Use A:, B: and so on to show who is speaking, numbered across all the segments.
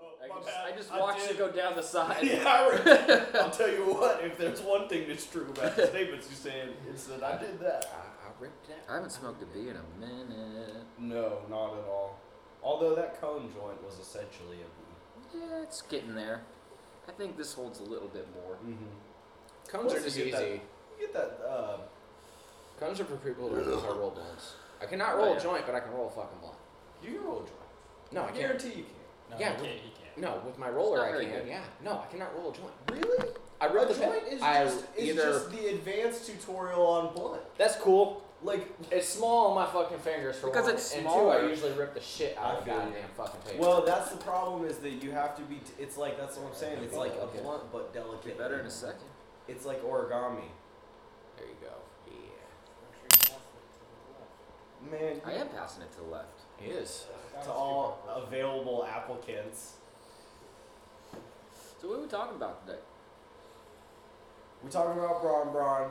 A: Oh, my
B: just-
A: bad.
B: I just
A: I
B: watched
A: did.
B: it go down the side.
A: Yeah, I re- I'll tell you what. If there's one thing that's true about the statements you said, it's that I did
C: I,
A: that.
C: I ripped that.
B: I haven't smoked a bee in a minute.
A: No, not at all. Although that cone joint was essentially a.
B: Yeah, it's getting there. I think this holds a little bit more.
A: Mm-hmm.
C: Cones are
A: Once
C: just
A: you
C: easy.
A: get that- You get that? Uh,
C: Cones are for people who are roll blunts. I cannot roll
B: yeah.
C: a joint, but I can roll a fucking blunt.
A: you can roll a joint.
C: No, I
A: I
C: can't.
A: guarantee you can.
D: No,
C: Yeah,
D: he
C: we-
D: can't. He can't.
C: No, with my roller
B: It's
C: I
B: not very
C: can.
B: good.
C: Yeah, no, I cannot roll a joint.
A: Really?
C: I rolled
A: a
C: the
A: joint is
C: I
A: just is
C: either.
A: just the advanced tutorial on blunt.
C: that's cool.
A: Like,
C: It's small on my fucking fingers for
B: Because
C: one,
B: it's
C: and two,
B: smaller.
C: I usually rip the shit
A: I
C: out of
A: feel
C: goddamn
A: you.
C: fucking paper.
A: well, that's the problem is that you have to be. T- it's like that's what I'm saying. It's like
C: Okay.
A: a blunt but
B: Get
A: delicate.
B: better in a second.
A: It's like origami.
C: there you go. Yeah,
A: Man,
B: I am passing it to the left.
C: he is.
A: to all available applicants.
B: So what are we talking about today?
A: We're talking about Braun Braun.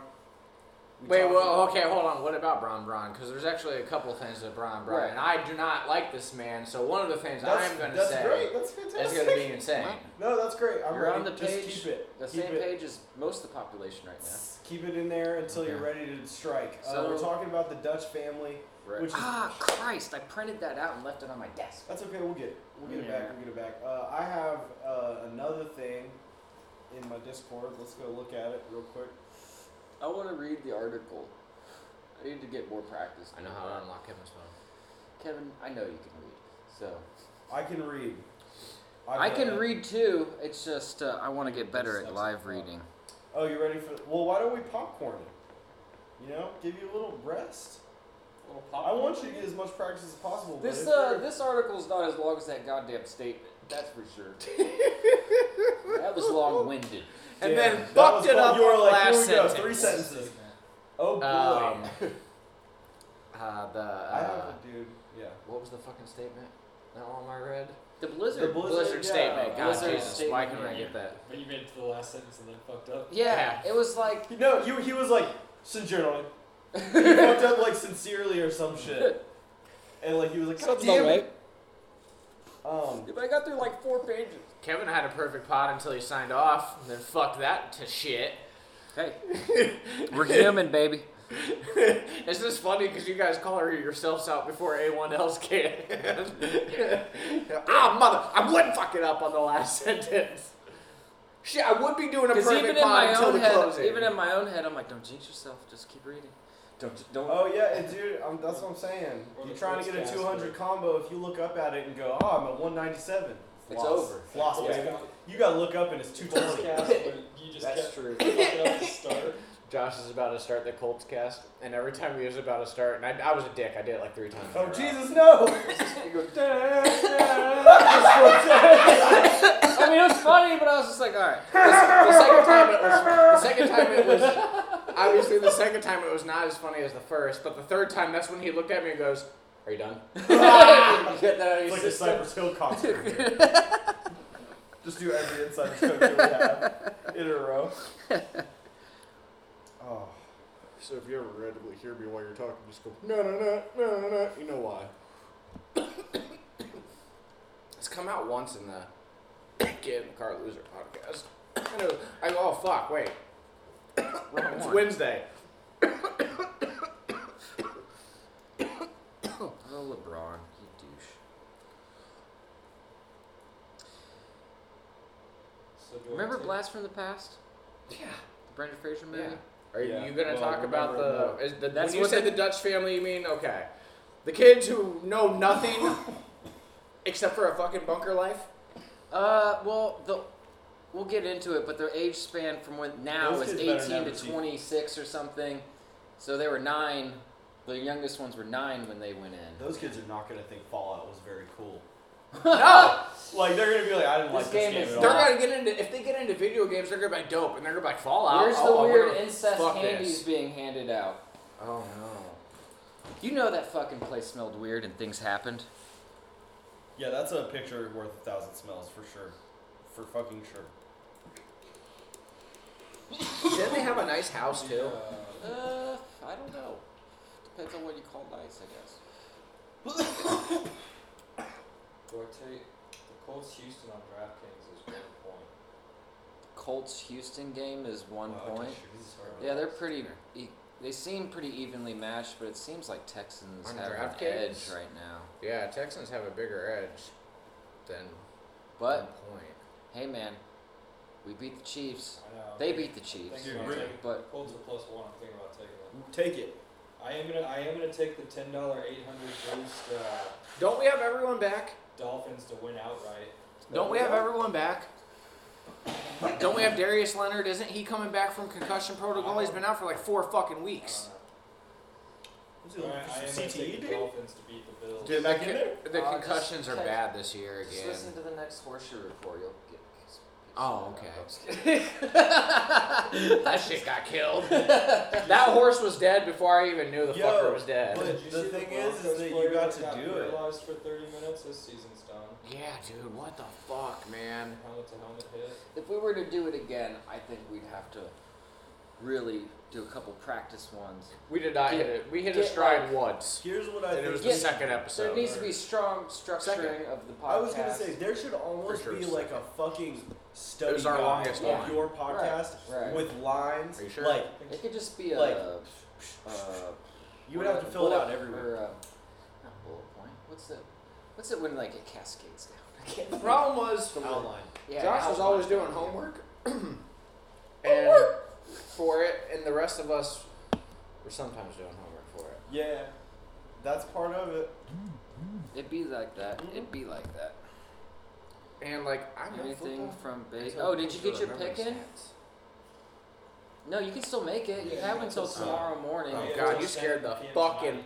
A: We
C: Wait,
A: talked
C: well,
A: about-
C: okay, hold on. What about Bron Bron? Because there's actually a couple things with Bron Bron,
B: Right.
C: and I do not like this man. So one of the things
A: That's,
C: I'm going to
A: that's
C: say
A: great. That's
C: is
A: fantastic.
C: going to be insane.
B: Wow.
A: no, that's great. I'm
B: You're
A: ready.
B: on the
A: Just
B: page-
A: keep it.
B: The
A: keep
B: same
A: it.
B: page as most of the population right now.
A: S- Keep it in there until you're
B: Okay.
A: ready to strike. Uh,
B: So-
A: we're talking about the Dutch family.
B: Right.
A: Which is-
B: ah, Christ! I printed that out and left it on my desk.
A: That's okay. We'll get it. We'll get it
B: Yeah.
A: back. We'll get it back. Uh, I have uh, another thing in my Discord. Let's go look at it real quick.
B: I want to read the article. I need to get more practice.
C: I know how to unlock Kevin's phone.
B: Kevin, I know you can read, so
A: I can read.
B: I
A: got
B: can
A: it.
B: read too. It's just uh, I want to get better at
A: That's
B: live
A: the problem.
B: reading.
A: Oh, you ready for? Well, why don't we popcorn it? You know, give you a little rest. I want you to get as much practice as possible. but
B: This
A: if
B: uh,
A: you're-
B: this article's not as long as that goddamn statement. That's for sure. that was long-winded.
A: Damn,
C: And then
A: that
C: bucked
A: was
C: it
A: fun.
C: up
A: You were
C: on the
A: like,
C: last
A: here we go, three
C: sentence.
A: sentences. Oh boy,
C: Um, uh, the
A: I have
C: uh,
A: a dude. Yeah.
C: what was the fucking statement? That one I read.
B: The blizzard.
A: Blizzard yeah.
C: statement. God
B: Blizzard
C: Jesus, why
B: statement,
C: couldn't I
D: yeah.
C: get that?
D: But you made it to the last sentence and then fucked up.
B: yeah, it was like
A: No, you. He was like, sincerely. he fucked up like sincerely or some shit, and like he was like, God damn it. Um,
B: I got through like four pages.
C: Kevin had a perfect pot until he signed off, and then fucked that to shit.
B: Hey, we're human, baby.
C: It's just funny because you guys call her yourselves out before anyone else can. ah, mother, I would fuck it up on the last sentence. Shit, I would be doing a
B: Because
C: perfect
B: even in
C: pod
B: my
C: until
B: own
C: the
B: head,
C: closing.
B: even in my own head, I'm like, don't jinx yourself. Just keep reading. Don't don't.
A: oh yeah, and dude, um, that's what I'm saying.
D: Or
A: You're
D: the
A: trying to get a
D: first
A: 200
D: cast,
A: combo. If you look up at it and go, oh, I'm at 197.
B: It's
A: Lost.
B: over.
A: Lost,
D: Yeah.
A: baby. You gotta look up and it's
D: First
A: 220.
D: cast, but you just
A: That's
D: kept
A: true.
D: fucking up the start.
C: Josh is about to start the Colts cast, and every time he was about to start, and I, I was a dick, I did it like three times. in a
A: Oh
C: row.
A: Jesus, no!
B: You go, "Duh."
A: That's
B: I mean, it was funny, but I was just like, all right.
C: the second time it was. The second time it was. Obviously, the second time it was not as funny as the first, but the third time, that's when he looked at me and goes, "Are you done?"
A: what's-
B: Get that out of
A: It's
B: your
A: like a
B: system.
A: Cypress Hill concert. here. Just do every inside joke that we have in a row. Oh,
C: So if you ever randomly hear me while you're talking, just go no no no no no no. You know why? it's come out once in the Get in the Car Loser podcast. I know. I go, oh fuck, wait,
B: Wrong
C: it's
B: one.
C: Wednesday.
B: Oh, LeBron, you douche.
D: So do I
B: Remember
D: take-
B: Blast from the Past?
C: Yeah.
B: The Brendan Fraser movie?
C: Yeah. Are you,
A: Yeah,
C: you gonna
A: well,
C: talk about
A: remember,
C: the? Is the
B: That's
C: when you
B: what
C: say
B: the-
C: the Dutch family, you mean okay, the kids who know nothing except for a fucking bunker life.
B: Uh, well, the we'll get into it, but their age span from when now
A: Those
B: is
A: kids better
B: 18
A: never
B: to
A: see-
B: 26 or something. So they were nine. The youngest ones were nine when they went in.
A: those kids are not gonna think Fallout was very cool.
C: No,
A: Like they're gonna be like, I didn't
B: This
A: like this
B: game
A: game
B: is
A: at
C: they're
A: all.
C: gonna get into if they get into video games, they're gonna be dope and they're gonna be Fallout.
B: Where's
C: oh, I
B: the
C: wonder-
B: weird incest
C: fuck
B: candies
C: this.
B: being handed out?
C: Oh no.
B: You know that fucking place smelled weird and things happened.
A: Yeah, that's a picture worth a thousand smells for sure, for fucking sure.
C: Didn't they have a nice house too?
B: Uh, I don't know. Depends on what you call nice, I guess.
D: Do I take the Colts Houston on DraftKings is one point.
B: Colts Houston game is one
D: Wow,
B: point.
D: just shoot these hard
B: Yeah, they're
D: ones.
B: pretty. E- they seem pretty evenly matched, but it seems like Texans
C: On
B: have an
C: DraftKings?
B: edge right now.
C: Yeah, Texans have a bigger edge than
B: But
C: one point.
B: hey, man, we beat the Chiefs.
D: I know.
B: They beat the Chiefs,
D: Thinking about
A: Dude,
D: taking-
B: but
D: Colts are plus one. I'm thinking about taking them.
A: Take it.
D: I am gonna I am gonna take the ten dollar eight hundred boost uh,
C: Don't we have everyone back?
D: Dolphins to win outright.
C: Don't we have everyone back? Don't we have Darius Leonard? Isn't he coming back from concussion protocol? He's been out for like four fucking
D: I
C: weeks.
D: don't know.
A: What's
D: I,
A: he looking
D: I am
A: for? Some
D: gonna
A: CTE,
B: E,
D: take the
A: E, dude?
D: Dolphins to beat the Bills.
A: Get back in there?
C: The
B: Uh,
C: concussions are
B: just-
C: bad this year
B: just
C: again.
B: listen to the next horseshoe report. You'll get.
C: Oh, okay.
B: I'm just kidding.
C: That shit got killed. that horse was dead before I even knew the
A: Yo,
C: fucker was dead.
A: but-
D: Did you
A: the
D: see
A: thing is, is
D: Broncos
A: that you
D: player
A: got to
D: got
A: do it.
D: paralyzed for 30 minutes. This season's done.
C: Yeah, dude, what the fuck, man?
D: Helmet to helmet hit.
B: If we were to do it again, I think we'd have to really do a couple practice ones.
C: We did not
B: Get-
C: hit it. We hit a
B: get,
C: stride
B: like-
C: once.
A: Here's what I
C: And it
A: think.
C: was the
B: Get-
C: second
B: So there
C: episode.
B: needs to be strong structuring
C: Second.
B: of the podcast.
A: I was gonna say there should almost
C: sure
A: be
C: it's
A: like a fucking study
C: It was our
A: guide
C: longest
A: of
C: one.
A: your podcast
B: Right, right.
A: with lines.
C: Are you sure?
A: Like
B: it could just be a.
A: Like-
B: uh,
A: you would have to fill it
B: bullet-
A: out every week.
B: Or, uh, not bullet point. What's it? What's it when like it cascades down? I can't
C: The
B: think.
C: problem was
A: Outline.
B: Yeah,
C: Josh was
B: outline.
C: always doing homework, and for it, and the rest of us were sometimes doing homework for it.
A: Yeah, that's part of it.
B: It'd be like that. It'd be like that.
C: And like I'm not
B: Anything
C: football.
B: from
C: I
B: base.
C: don't
B: Oh, did you
C: really
B: get your
C: remember
B: pick in?
C: stats.
B: No, you can still make it. You
D: Yeah,
B: have
D: yeah,
B: until
D: it's-
B: tomorrow morning.
C: Oh,
D: Yeah,
C: God,
D: it's
C: you scared the
D: 7 p.m.
C: fucking-
D: tonight.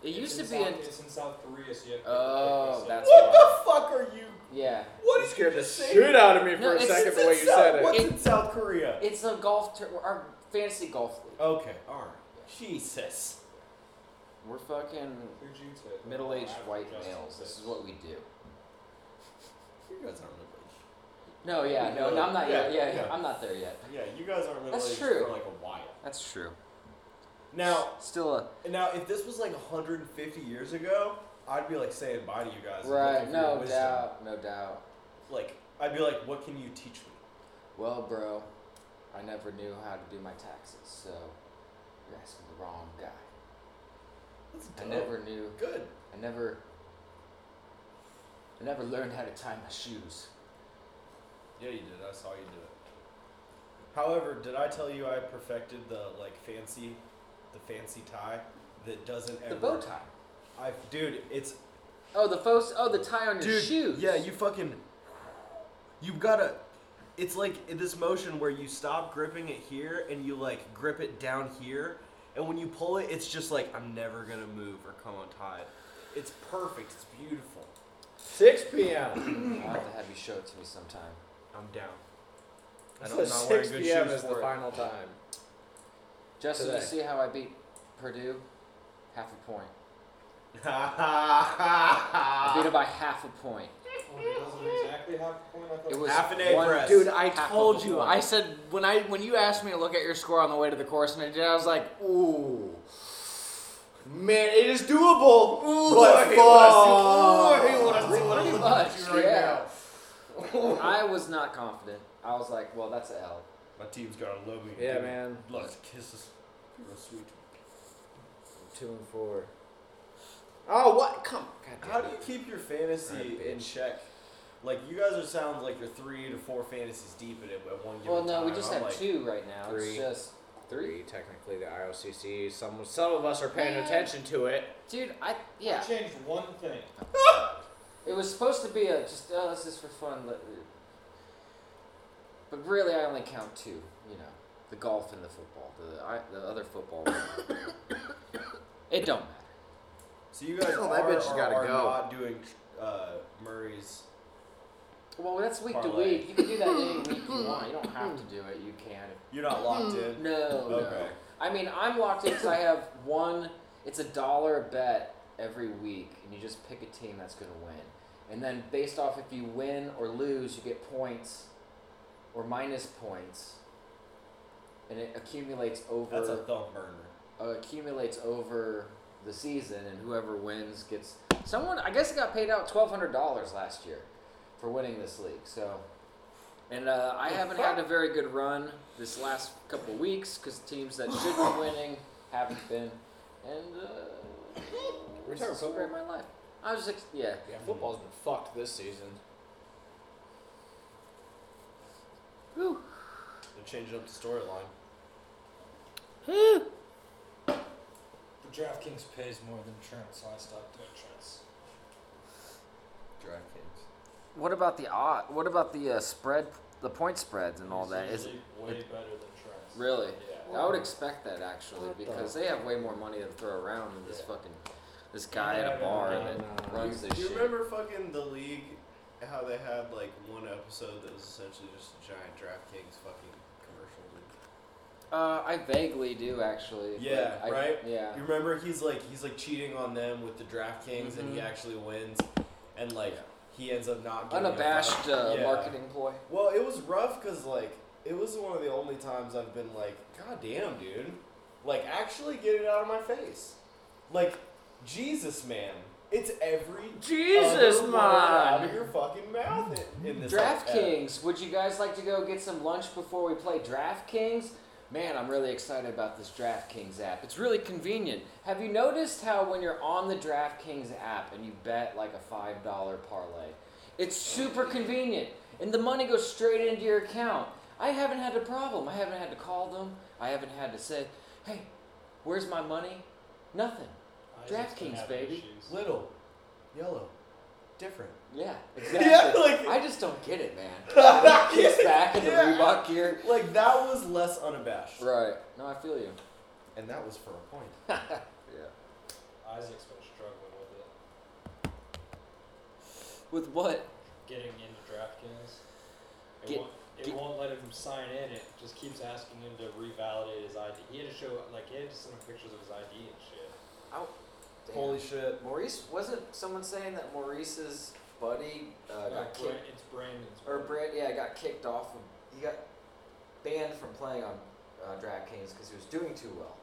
B: It
D: It's
B: used to
D: in
B: be
D: South,
B: in.
D: It's in South Korea, so you have to
B: Oh,
D: so-
B: that's
A: What
B: why.
A: the fuck are you?
B: Yeah.
A: What
C: You
A: did
C: scared
A: you
C: the
A: just say?
C: shit out of me
B: No,
C: for a
B: it's-
C: second
A: It's
C: the
A: in
C: way you
A: South-
C: said it.
A: What's
B: It-
A: in South Korea?
B: It's a golf tur our fantasy golf league.
A: Okay, all right. Jesus.
B: We're fucking
D: Who'd you take?
B: middle-aged
D: Average
B: white
D: Justin
B: males. This
D: Fields.
B: is what we do.
A: You guys aren't middle
B: No, yeah, no, no I'm not
A: Yeah,
B: yet. Yeah,
A: yeah.
B: I'm not there yet.
A: Yeah, you guys aren't middle
B: That's
A: aged
B: true.
A: for like a while.
B: That's true.
A: Now,
B: Still a
A: now, if this was like 150 years ago, I'd be like saying bye to you guys. and
B: right.
A: looking for your
B: No
A: wisdom.
B: doubt. No doubt.
A: Like, I'd be like, what can you teach me?
B: Well, bro, I never knew how to do my taxes, so you're asking the wrong guy.
A: That's
B: I
A: dope.
B: never knew.
A: Good.
B: I never. I never learned how to tie my shoes.
A: Yeah, you did. I saw you do it. However, did I tell you I perfected the like fancy, the fancy tie that doesn't ever.
B: The bow tie.
A: I, dude, it's
B: Oh, the faux. Oh, the tie on your
A: dude.
B: shoes.
A: Yeah, you fucking. You gotta. It's like this motion where you stop gripping it here and you like grip it down here, and when you pull it, it's just like I'm never gonna move or come untied. It's perfect. It's beautiful.
C: 6 p.m.
B: I'll have to have you show it to me sometime.
A: I'm down. I
C: So
A: don't, I'm not wearing
C: 6
A: good
C: p.m.
A: shoes
C: is the
A: for it.
C: final time.
B: Justin,
C: Today.
B: you see how I beat Purdue? Half a point.
C: Ah.
B: I beat it by half a point.
D: Well, it doesn't exactly have a point. I thought
B: It was
A: Half an A
B: one-
A: press.
C: Dude, I
B: Half of
C: told
B: a
C: you.
B: point.
C: I said when I when you asked me to look at your score on the way to the course, and I did. I was like, ooh, man, it is doable. Ooh,
A: But
C: I hate
A: fuck.
C: what I see. Ooh, I hate what I see.
B: Pretty
C: What
B: much,
C: I see
B: yeah. I was not confident. I was like, well, that's a L.
A: My team's gonna love me.
C: Yeah,
A: dude.
C: man.
A: Lots of kisses. You're sweet.
C: Two and four. Oh, what? Come, God
A: How do you keep your fantasy
C: Alright,
A: in
C: bitch.
A: check? Like you guys are sounds like you're three to four fantasies deep in it at one given
B: Well,
A: time.
B: no, we just
A: I'm
B: have
A: like,
B: two right now.
C: Three.
B: It's just three.
C: Three, technically, the IOCC. Some some of us are paying attention to it.
B: Dude, I
D: I
B: yeah.
D: changed one thing.
B: It was supposed to be a just oh, this is for fun. let- But really, I only count two. You know, the golf and the football. The I, the other football. it don't matter.
A: So you guys
C: Oh,
A: are,
C: that bitch has
A: or
C: gotta
A: are
C: go.
A: not doing uh, Murray's.
B: Well, that's week to
A: Parlay.
B: week. You can do that any week you want. You don't have to do it. You can.
A: You're not locked in.
B: No, no.
A: Okay.
B: I mean, I'm locked in because I have one. It's a dollar a bet every week, and you just pick a team that's going to win. And then based off if you win or lose, you get points or minus points, and it accumulates over
A: That's a thumb burner.
B: uh, accumulates over the season, and whoever wins gets someone. I guess it got paid out twelve hundred dollars last year for winning this league. So, and uh, I haven't had a very good run this last couple of weeks because teams that should be winning haven't been. And uh,
C: We're
B: it's the
C: talking
B: story of
C: football.
B: my life. I was ex- yeah.
C: Yeah, football's been fucked this season.
B: Whew.
A: They're changing up the storyline.
D: But DraftKings pays more than insurance, so I stopped doing insurance.
A: DraftKings.
B: What about the odd? What about the uh, spread, the point spreads and all
D: It's
B: that? Is it
D: usually way better than insurance.
B: really?
D: Yeah.
B: I would expect that actually
C: What the-
B: because they have way more money to throw around than this
D: Yeah.
B: fucking this guy at a bar that
C: No.
B: runs this
A: Do you
B: shit.
A: remember fucking the league? How they had like one episode that was essentially just a giant DraftKings fucking commercial.
B: Uh, I vaguely do actually. but
A: Yeah,
B: I,
A: right?
B: Yeah.
A: You remember he's like he's like cheating on them with the DraftKings and he actually wins, and like
B: Mm-hmm. Yeah.
A: he ends up not getting a
B: Unabashed
A: fuck-
B: uh,
A: Yeah.
B: marketing ploy.
A: Well, it was rough because like it was one of the only times I've been like, God damn, dude, like actually get it out of my face, like Jesus, man, it's every
B: Jesus,
A: other
C: Oh,
A: word out of
B: man!
A: your fucking mouth in, in this app.
B: DraftKings. Would you guys like to go get some lunch before we play DraftKings? Man, I'm really excited about this DraftKings app. It's really convenient. Have you noticed how when you're on the DraftKings app and you bet like a $5 parlay, it's super convenient and the money goes straight into your account. I haven't had a problem. I haven't had to call them. I haven't had to say, "Hey, where's my money?" Nothing.
D: Isaac's been
B: DraftKings,
D: having
B: baby.
D: issues.
A: Little, yellow, different.
B: Yeah,
A: Yeah,
B: exactly.
A: like-
B: I just don't get it, man. The Kicks back in the
A: Yeah.
B: Reebok gear.
A: Like that was less unabashed,
B: Right. No, I feel you.
A: and that was for a point.
B: Yeah.
D: Isaac's been struggling with it.
B: With what?
D: Getting into DraftKings. It,
B: Get-
D: won't, it
B: get-
D: won't let him sign in. It just keeps asking him to revalidate his ID. He had to show, like, he had to send him pictures of his ID and shit.
A: Holy shit!
B: Maurice wasn't someone saying that Maurice's buddy uh,
D: No,
B: got
D: Bra-
B: kicked
D: it's Brandon's.
B: or
D: brother.
B: Brand? Yeah, got kicked off. Of, he got banned from playing on uh, DraftKings because he was doing too well.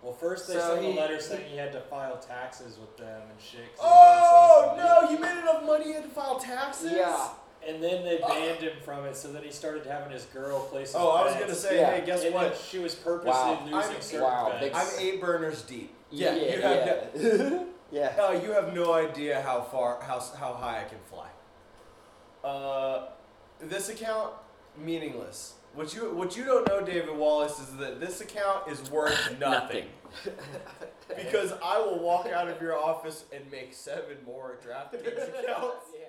D: Well, first they
B: So
D: sent
B: he-
D: a letter saying he had to file taxes with them and shit. 'cause he
A: Oh
D: was
A: no!
D: on
A: You made enough money to file taxes.
B: Yeah.
D: something. And then they banned him from it, so then he started having his girl place. his
A: Oh, I was
D: bets.
A: gonna say,
B: Yeah.
A: hey, guess
D: And
A: what?
D: then She was purposely
B: Wow.
D: losing
A: I'm-
D: certain
B: wow,
D: bets.
B: big
A: I'm eight burners deep. you have
B: Yeah. Yeah. yeah.
A: No, Uh, you have no idea how far, how how high I can fly. Uh, this account meaningless. What you what you don't know, David Wallace, is that this account is worth nothing. because I will walk out of your office and make seven more DraftKings accounts.
B: Yeah.